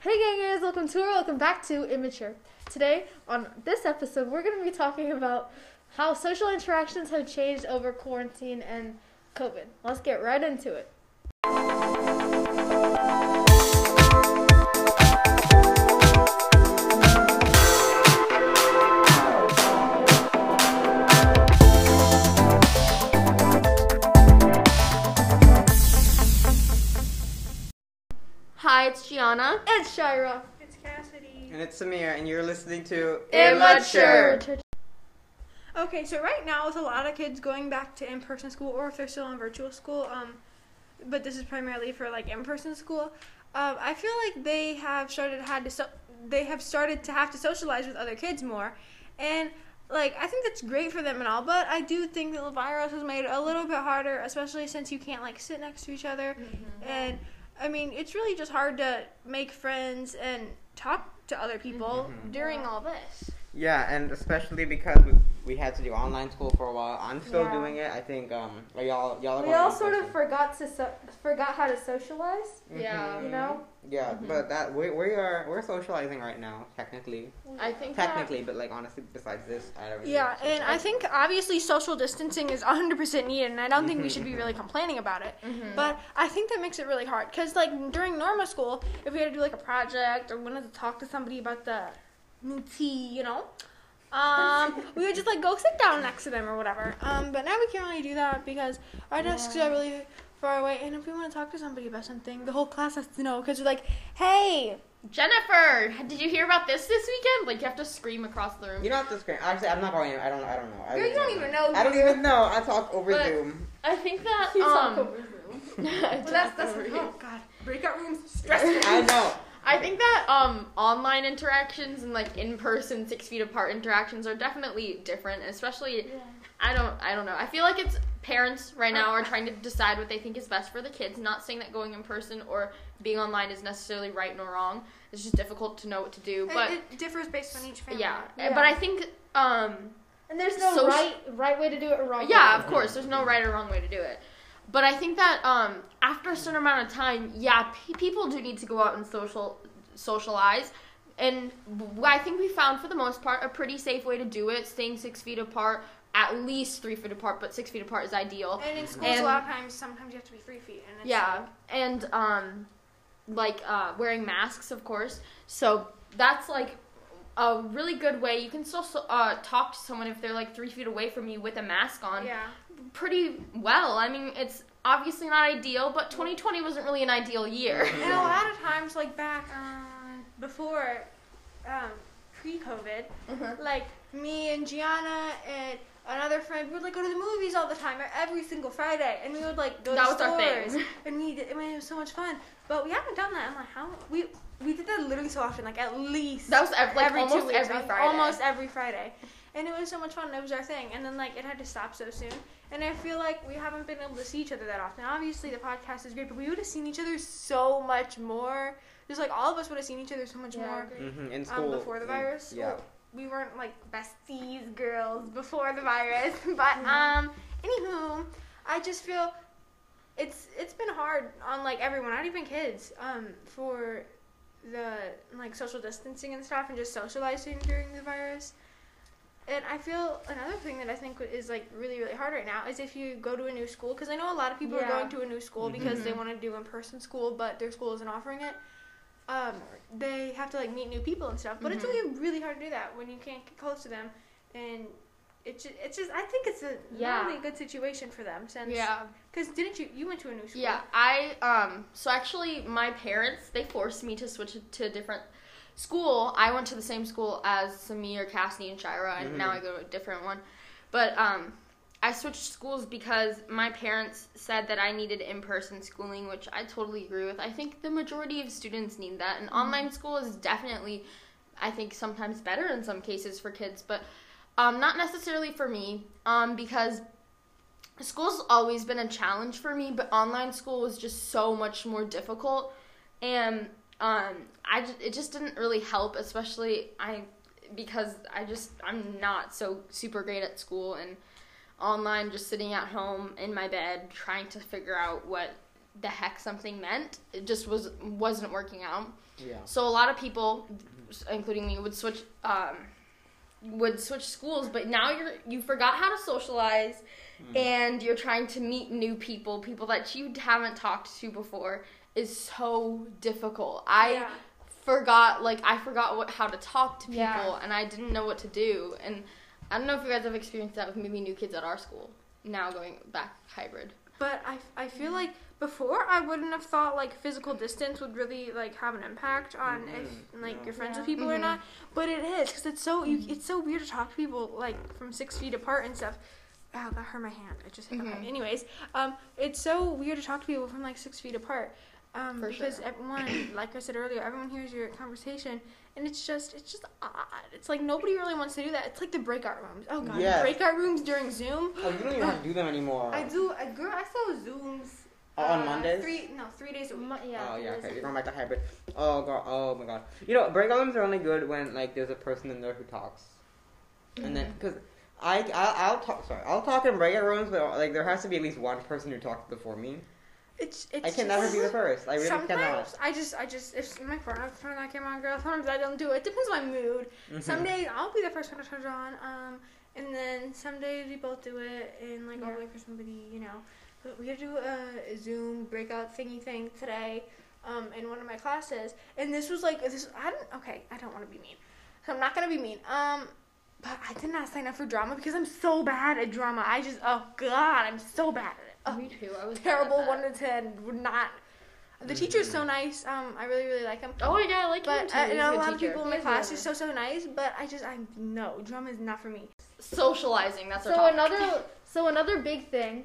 Hey gangers, welcome to or welcome back to Immature. Today, on this episode, we're going to be talking about how social interactions have changed over quarantine and COVID. Let's get right into it. Hi, it's Gianna. And Shira. It's Cassidy. And it's Samir, and you're listening to Immature. Okay, so right now with a lot of kids going back to in-person school, or if they're still in virtual school, um, but this is primarily for like in-person school. Um, I feel like they have started had to so- they have started to have to socialize with other kids more, and like I think that's great for them and all, but I do think that the virus has made it a little bit harder, especially since you can't like sit next to each other, and I mean it's really just hard to make friends and talk to other people during all this. Yeah, and especially because we, we had to do online school for a while. I'm still Yeah. doing it. I think um, like y'all y'all are We going all in sort of person. forgot to so- forgot how to socialize, Yeah. you know? Mm-hmm. Yeah, but that we, we are we're socializing right now, technically. I think that, Technically, but like honestly, besides this, I don't. really Yeah, and I socialize. think obviously social distancing is 100% needed, and I don't think we should be really complaining about it. But I think that makes it really hard because, like, during normal school, if we had to do like a project or wanted to talk to somebody about the new tea, you know, um, we would just like go sit down next to them or whatever. Um, but now we can't really do that because our desks are really far away, and if we want to talk to somebody about something, the whole class has to know because we're like, hey, Jennifer, did you hear about this this weekend? Like, you have to scream across the room. you don't have to scream. Actually, I'm not going. In. I don't. I don't know. I Girl, you don't even know. I don't even know. I talk over But- Zoom. I think that, She's um, um, over well, Well, that's, that's oh god, breakout rooms I know. I think that, um, online interactions and, like, in-person, six feet apart interactions are definitely different, especially, I don't, I don't know. I feel like it's parents right now are trying to decide what they think is best for the kids, not saying that going in person or being online is necessarily right nor wrong. It's just difficult to know what to do, but... it, it differs based on each family. yeah, Yeah. but I think um, And there's no Soci- right right way to do it or wrong. Yeah, of course. There's no right or wrong way to do it. But I think that um, after a certain amount of time, yeah, pe- people do need to go out and social socialize. And w- I think we found, for the most part, a pretty safe way to do it, staying six feet apart, at least three feet apart, but six feet apart is ideal. And in schools, And- a lot of times, sometimes you have to be three feet. And it's Yeah, and um, like uh, wearing masks, of course. So that's like a really good way. You can still so- uh, talk to someone if they're like three feet away from you with a mask on. yeah. pretty well. I mean, it's obviously not ideal, but 2020 wasn't really an ideal year. And a lot of times, like back um, before um, pre-COVID, Mm-hmm. like me and Gianna and another friend, we would like go to the movies all the time, or every single Friday, and we would like go That to was our thing. stores, and we did, I mean, it was so much fun. But we haven't done that. I'm like, how we we did that literally so often, like at least That was ev- like every two almost weeks, every um, Friday. Almost every Friday. And it was so much fun. It was our thing. And then like it had to stop so soon. And I feel like we haven't been able to see each other that often. Obviously the podcast is great, but we would have seen each other so much more. Just like all of us would have seen each other so much Yeah, I more agree. hmm In um, school. before the mm, virus. Yeah. Well, we weren't like besties girls before the virus, but Mm-hmm. um, anywho, I just feel it's it's been hard on like everyone, not even kids, um, for the like social distancing and stuff, and just socializing during the virus. And I feel another thing that I think is like really really hard right now is if you go to a new school because I know a lot of people Yeah. are going to a new school because they want to do in person school, but their school isn't offering it um, they have to like meet new people and stuff. But it's Mhm. really really hard to do that when you can't get close to them, and it's just, it's just I think it's a Yeah. really good situation for them since Because didn't you you went to a new school? Yeah, I um so actually my parents they forced me to switch to a different school. I went to the same school as Samir, Cassidy, and Shira, and now I go to a different one. But um I switched schools because my parents said that I needed in-person schooling, which I totally agree with. I think the majority of students need that, and online school is definitely I think sometimes better in some cases for kids, but um, not necessarily for me, um, because school's always been a challenge for me, but online school was just so much more difficult, and um, I ju- it just didn't really help, especially I because I just I'm not so super great at school and online just sitting at home in my bed trying to figure out what the heck something meant. It just was wasn't working out. Yeah. So a lot of people, including me, would switch um, would switch schools. But now you're you forgot how to socialize, and you're trying to meet new people, people that you haven't talked to before. Is so difficult. I Yeah. forgot like I forgot what how to talk to people, Yeah. and I didn't know what to do. And I don't know if you guys have experienced that with maybe new kids at our school. Now going back hybrid. But I, I feel like before I wouldn't have thought like physical distance would really like have an impact on if Mhm, like yeah. you're friends with Yeah. people or Mhm. not. But it is because it's so you, it's so weird to talk to people like from six feet apart and stuff. Ow, that hurt my hand. I just hit my hand. Mhm. Anyways, um, it's so weird to talk to people from like six feet apart. Um, For because sure. everyone, like I said earlier, everyone hears your conversation, and it's just, it's just odd. It's like nobody really wants to do that. It's like the breakout rooms. Oh god, Yes. breakout rooms during Zoom. Oh, you don't even have to do them anymore. I do. I, girl, I saw Zooms. Oh, on uh, Mondays? Three, no, three days a week. Mu- yeah. oh yeah, it okay. You're is. going back to hybrid. Oh god. Oh my god. You know, breakout rooms are only good when like there's a person in there who talks, and then because I, I I'll talk. Sorry, I'll talk in breakout rooms, but like there has to be at least one person who talks before me. It's, it's I just- can never be the first. I really sometimes cannot. I just, I just, if my phone, if turn that camera on, girl. Sometimes I don't do it. It depends on my mood. Mhm. Some days I'll be the first one to turn it on. Um, and then some days we both do it, and like I'll Yeah. wait for somebody, you know. But we had to do a Zoom breakout thingy thing today, um, in one of my classes, and this was like this. I don't. Okay, I don't want to be mean, so I'm not gonna be mean. Um. But I did not sign up for drama because I'm so bad at drama. I just, oh god, I'm so bad at it. Oh, Me too. I was bad at terrible, that. one to ten, would not. The teacher's so nice. Um, I really, really like him. Oh yeah, I like him But too. I, I He's know a good lot of teacher. people in my He's class are really so so nice, but I just I no drama is not for me. socializing. That's our So topic. another so another big thing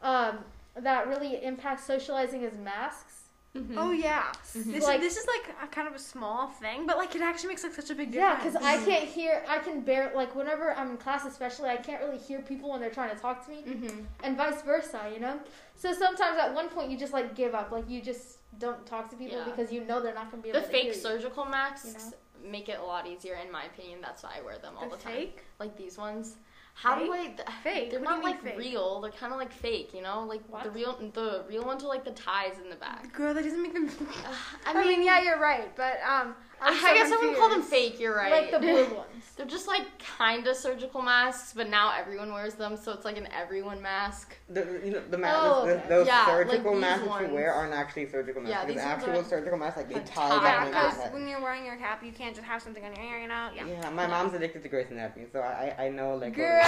um, that really impacts socializing is masks. Mhm. Oh yeah, this Like- this is like a kind of a small thing, but like it actually makes like such a big Yeah, difference. because I can't hear. I can bear like whenever I'm in class, especially I can't really hear people when they're trying to talk to me, Mhm. and vice versa. You know. So sometimes at one point you just like give up, like you just don't talk to people Yeah. because you know they're not gonna be able The to fake hear you. surgical masks You make it a lot easier, in my opinion. That's why I wear them all The the time. fake? Like these ones. How do I? th- Fake? They're What do not you mean like fake? real. They're kind of like fake. You know, like the What? real, the real ones are like the ties in the back. Girl, that doesn't make them. I mean, I mean, yeah, you're right, but um, I, I'm I so guess I wouldn't call them confused. fake. You're right. Like the blue ones. They're just like kind of surgical masks, but now everyone wears them, so it's like an everyone mask. The, you know, the ma- Oh, the- the- okay. those Yeah, like surgical these masks that ones. you wear aren't actually surgical masks. Yeah, because these ones actual are- surgical masks, like they are tie tied. down Yeah, your Yeah. because head. when you're wearing your cap, you can't just have something on your ear, you know. Yeah. Yeah, my mom's addicted to Grey's Anatomy, so I I, I know like. what- Girl.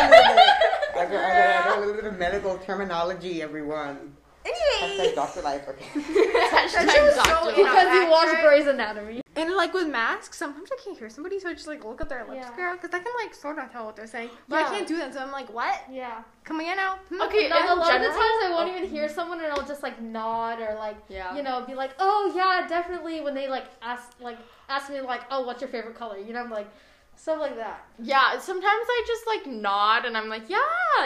I know, I know, I know a little bit of medical terminology, everyone. Hashtag Anyway. Doctor Life. Okay. Hashtag she was so doctor in- life. because you watch accurate. Grey's Anatomy. And like with masks, sometimes I can't hear somebody, so I just like look at their lips, Yeah. girl, because I can like sort of tell what they're saying, but I Yeah. can't do that. So I'm like, what? Yeah. Come again now? Hmm? Okay, And a in lot of the general- times I won't even hear someone, and I'll just like nod or like Yeah. you know be like, oh yeah, definitely. When they like ask like ask me like, oh, what's your favorite color? You know, I'm like stuff like that. "Oh, Yeah, sometimes I just like nod and I'm like, yeah,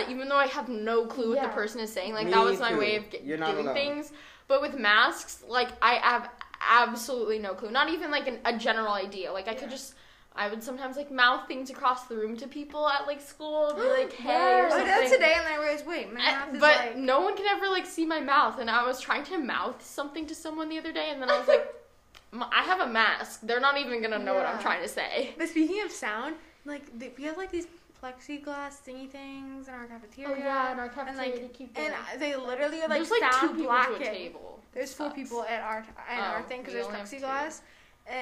even though I have no clue what Yeah. the person is saying. Like Me that was my too. way of g- You're not doing alone. things. But with masks, like I have absolutely no clue. Not even like an, a general idea. Like I could just. I would sometimes like mouth things across the room to people at like school, be like, "Hey," or Yes. I something. did today, and I realized, wait, my I- mouth is but like. no one can ever like see my mouth and i was trying to mouth something to someone the other day and then i was like "M- i have a mask they're not even gonna know what i'm Yeah. trying to say But speaking of sound, like th- we have like these plexiglass thingy things in our cafeteria. Oh yeah, and our and, cafeteria like, to keep and going. I- they literally are like there's like two sound people blocking. to a table There's four Sucks. people at our at our Oh, thing because we there's only have two. plexiglass,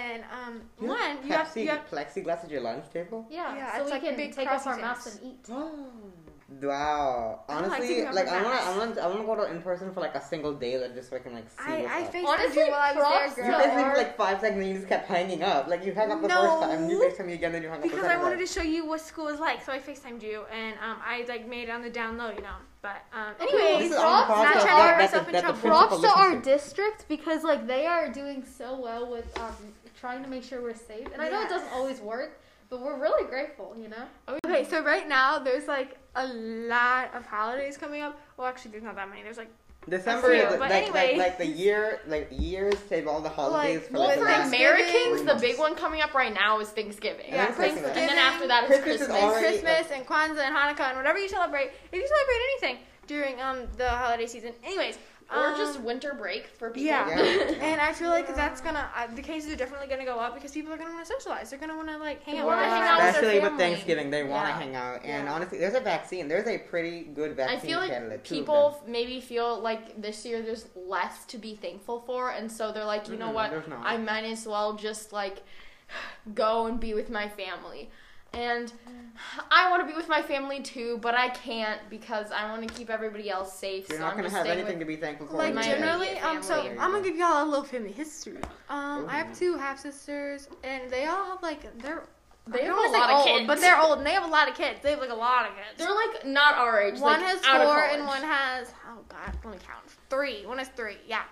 and um You one have you have plexi- you have plexiglass at your lunch table. Yeah, Yeah, so it's we like can big take off our crossy masks things. and eat. wow. I don't like Honestly, thinking about like I wanna, masks. I wanna, I wanna go to in person for like a single day, like just so I can like see. I what's I up. faced Honestly, while I was props there, You to girl. the guys leave art. like five seconds and you just kept hanging up. Like you hung up the No. first time, you FaceTimed me again, then you hung up Because the I second wanted time. to show you what school is like, so I FaceTimed you, and um, I like made it on the down low, you know. But um, Well, anyways, this is not on trying to podcast. get That- myself that- in that- trouble. Principal Props to our listens district because like they are doing so well with um, trying to make sure we're safe. And I know it Yes. doesn't always work, but we're really grateful. You know. Okay, so right now there's like a lot of holidays coming up. Well, actually, there's not that many. There's like December That's is true, like, but like, anyway. like the year, like years save all the holidays Like, for well, like it's the for like last. Thanksgiving. americans the Christmas. big one coming up right now is thanksgiving Yeah, and, then Christmas. and then after that is Christmas is christmas, already- Christmas and Kwanzaa and Hanukkah and whatever you celebrate. If you celebrate anything during um the holiday season, anyways, or Um, just winter break for people. yeah. Yeah. And I feel like that's gonna uh, the cases are definitely gonna go up because people are gonna want to socialize. They're gonna want to like hang out. People wanna with their hang out friends. their Especially with family. Thanksgiving, they want to Yeah. hang out. And Yeah. honestly, there's a vaccine. There's a pretty good I vaccine feel like candidate. two of people them. f- maybe feel like this year there's less to be thankful for, and so they're like, you know Mhm, what, there's not. I might as well just like go and be with my family. And I want to be with my family too, but I can't because I want to keep everybody else safe. You're so not I'm gonna just have staying anything to with be thankful for. Like in my January. generally, immediate um, so family. Mm-hmm. I'm gonna give y'all a little family history. Um, I Ooh. have two half sisters, and they all have like they're They I have don't wanna a say lot of old, kids. but they're old and they have a lot of kids. They have like a lot of kids. They're like not our age. one like, has out of four and college. one has oh god, let me count. Three. One has three. Yeah.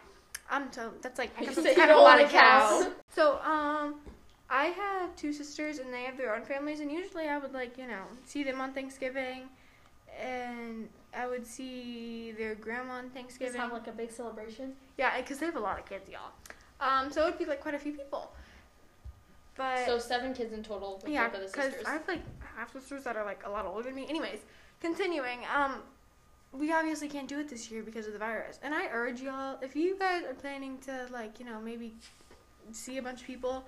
Um. So that's like I You guess said that's you kind of a don't lot wanna of cows. count. So um, I have two sisters and they have their own families and usually I would like you know see them on Thanksgiving, and I would see their grandma on Just Thanksgiving. have like a big celebration. yeah, because they have a lot of kids, y'all. Um. So it would be like quite a few people. But So seven kids in total. With yeah, both of the because sisters. I have like half sisters that are like a lot older than me. Anyways, continuing. Um, we obviously can't do it this year because of the virus, and I urge y'all if you guys are planning to like you know maybe see a bunch of people.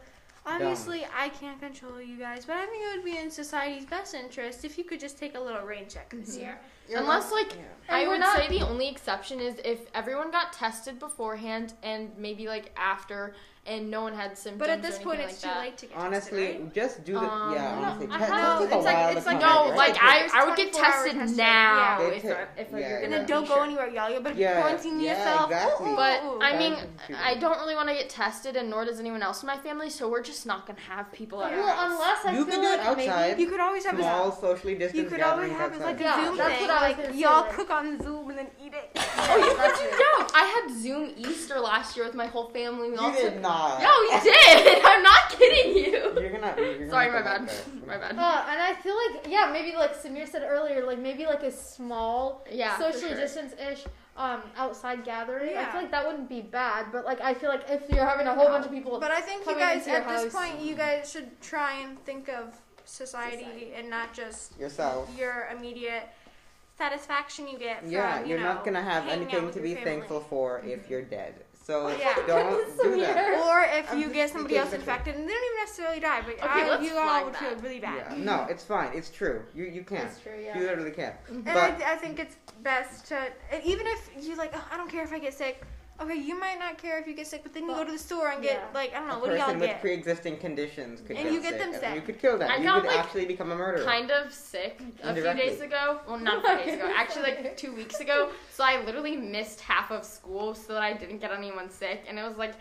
Obviously, I can't control you guys, but I think it would be in society's best interest if you could just take a little rain check this Mm-hmm. year. Unless like Yeah. And I we're would not- say the only exception is if everyone got tested beforehand and maybe like after and no one had symptoms. But at or this anything point, like it's too that. late to get Honestly, tested, just do the Um, yeah. no, Honestly, I test- have- test is a it's like- while it's to like- come No, back, right? like I, It's I would get 24 hour tested testing. now Yeah. if, They I- take- if I yeah, you're yeah. right? And gonna then don't be go sure. anywhere, y'all. You better Yeah, quarantine yeah, yourself. exactly. But Ooh. I mean, Exactly. I don't really want to get tested, and nor does anyone else in my family. So we're just not gonna have people. At Yeah. our Well, house. unless I You feel could do it like maybe- outside. you could always have a Small socially You distanced could always gatherings have it like outside. a Yeah, Zoom that's thing. what I was like gonna say, y'all like- cook on Zoom and then eat it. oh, you that's freaking it. don't. I had Zoom Easter last year with my whole family. We all You did took- not. No, you did. I'm not kidding you. You're gonna. You're Sorry, my gonna bad. go my bad. Uh, and I feel like yeah, maybe like Samir said earlier, like maybe like a small Yeah, for socially sure. distance ish um outside gathering. I Yeah. feel like that wouldn't be bad, but like I feel like if you're having a whole bunch of people But I think you Coming into guys, your at this house. point, you guys should try and think of society, Society. and not just Yourself. your immediate satisfaction you get from Yeah, you you're know, not gonna have hanging out anything with to your be family. Mm-hmm. Oh, thankful for if you're dead. So Yeah. don't do that. Or if I'm you just get somebody speaking else literally. infected, and they don't even necessarily die, but Okay, I, let's you all flag would that. feel really bad. Yeah. No, it's fine. It's true. You you can. That's true, You yeah. literally can. Mm-hmm. And But I, th- I think it's best to, and even if you're like, oh, I don't care if I get sick. Okay, you might not care if you get sick, but then you But- go to the store and get yeah. like I don't know, a what do y'all person get? with pre-existing conditions could And get you get sick, them and sick. You could kill them. I you got, could like, actually become a murderer. kind of sick a few Indirectly. days ago. Well, not a few days ago. Actually, like two weeks ago. So I literally missed half of school so that I didn't get anyone sick, and it was like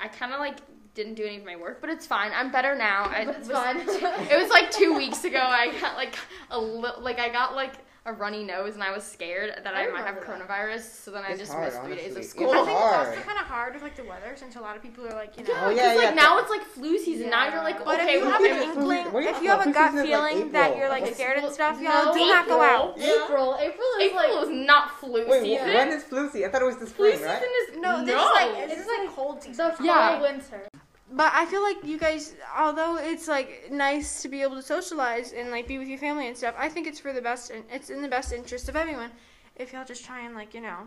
I kind of like didn't do any of my work, but it's fine. I'm better now. I But it's was- fine. It was like two weeks ago. I got like a li- like I got like a runny nose, and I was scared that I I, might have remember coronavirus. So then I It's just hard, missed three days of honestly. school. I It's think it's hard. also kind of hard with like the weather, since a lot of people are like, you know. Yeah, Oh, because yeah, like yeah. now it's like flu season. Now Yeah. you're like, But okay, if you we're have we're an gonna- inkling, we're gonna- if you have a this gut is like feeling that April. you're like It's scared and stuff, No, y'all do not go out. Yeah. April. April is April like is not flu Wait, wh- season. when is flu season? I thought it was the flu spring, season right? is No, this no. is like this is like cold the season. fall Yeah. winter. But I feel like you guys, although it's like nice to be able to socialize and like be with your family and stuff, I think it's for the best. And it's in the best interest of everyone if y'all just try and like you know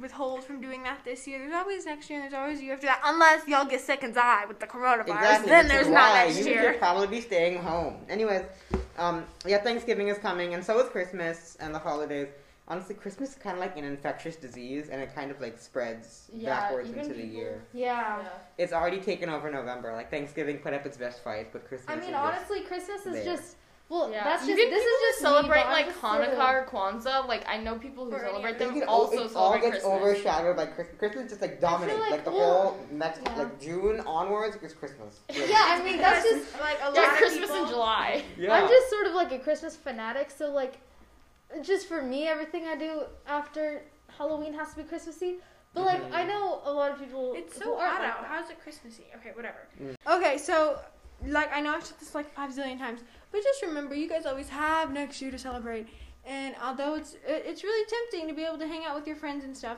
withhold from doing that this year. There's always next year. and There's always a year after that, unless y'all get sick and die with the coronavirus. Exactly. Then which is there's not why next you year. should probably be staying home. Anyways, um, yeah, Thanksgiving is coming, and so is Christmas and the holidays. Honestly, Christmas is kind of like an infectious disease, and it kind of like spreads Yeah, backwards even into the people- year. Yeah. It's already taken over November. Like Thanksgiving put up its best fight, but Christmas. I is mean, just- honestly, Christmas is There. just well, Yeah. that's you just can this people is just me, celebrate but I'm like just sort of- Hanukkah or Kwanzaa. Like I know people who Or any celebrate other- It them can- also it all celebrate gets Christmas. overshadowed by Christmas. Christmas just like dominates. like, Like, the yeah. whole next Yeah. like June onwards is Christmas. Yeah, I mean that's just like a lot yeah, of Christmas people. in July. Yeah. I'm just sort of like a Christmas fanatic, so like, just for me, everything I do after Halloween has to be Christmassy. But like, Mhm. I know a lot of people. It's who so aren't odd like out. that. How's it Christmassy? Okay, whatever. Mm. Okay, so like I know I've said this like five zillion times, but just remember, you guys always have next year to celebrate. And although it's it- it's really tempting to be able to hang out with your friends and stuff,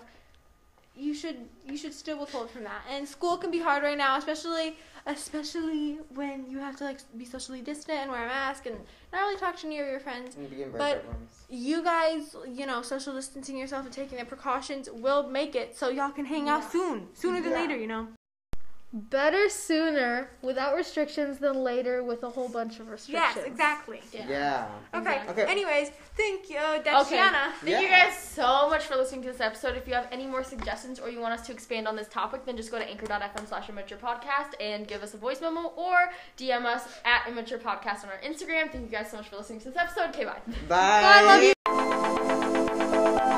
you should you should still withhold from that. And school can be hard right now, especially especially when you have to like be socially distant and wear a mask and not really talk to any of your friends. And begin But- breakup rooms. You guys, you know, social distancing yourself and taking the precautions will make it so y'all can hang out soon, sooner than Yeah. later, you know. Better sooner without restrictions than later with a whole bunch of restrictions. Yes, exactly. Yeah. Yeah. Okay. Exactly. Okay. Anyways, thank you, Dachiana. Okay. Thank you Yeah. guys so much for listening to this episode. If you have any more suggestions or you want us to expand on this topic, then just go to anchor.fm slash immature podcast and give us a voice memo or DM us at immature podcast on our Instagram. Thank you guys so much for listening to this episode. Okay, bye. Bye. love you.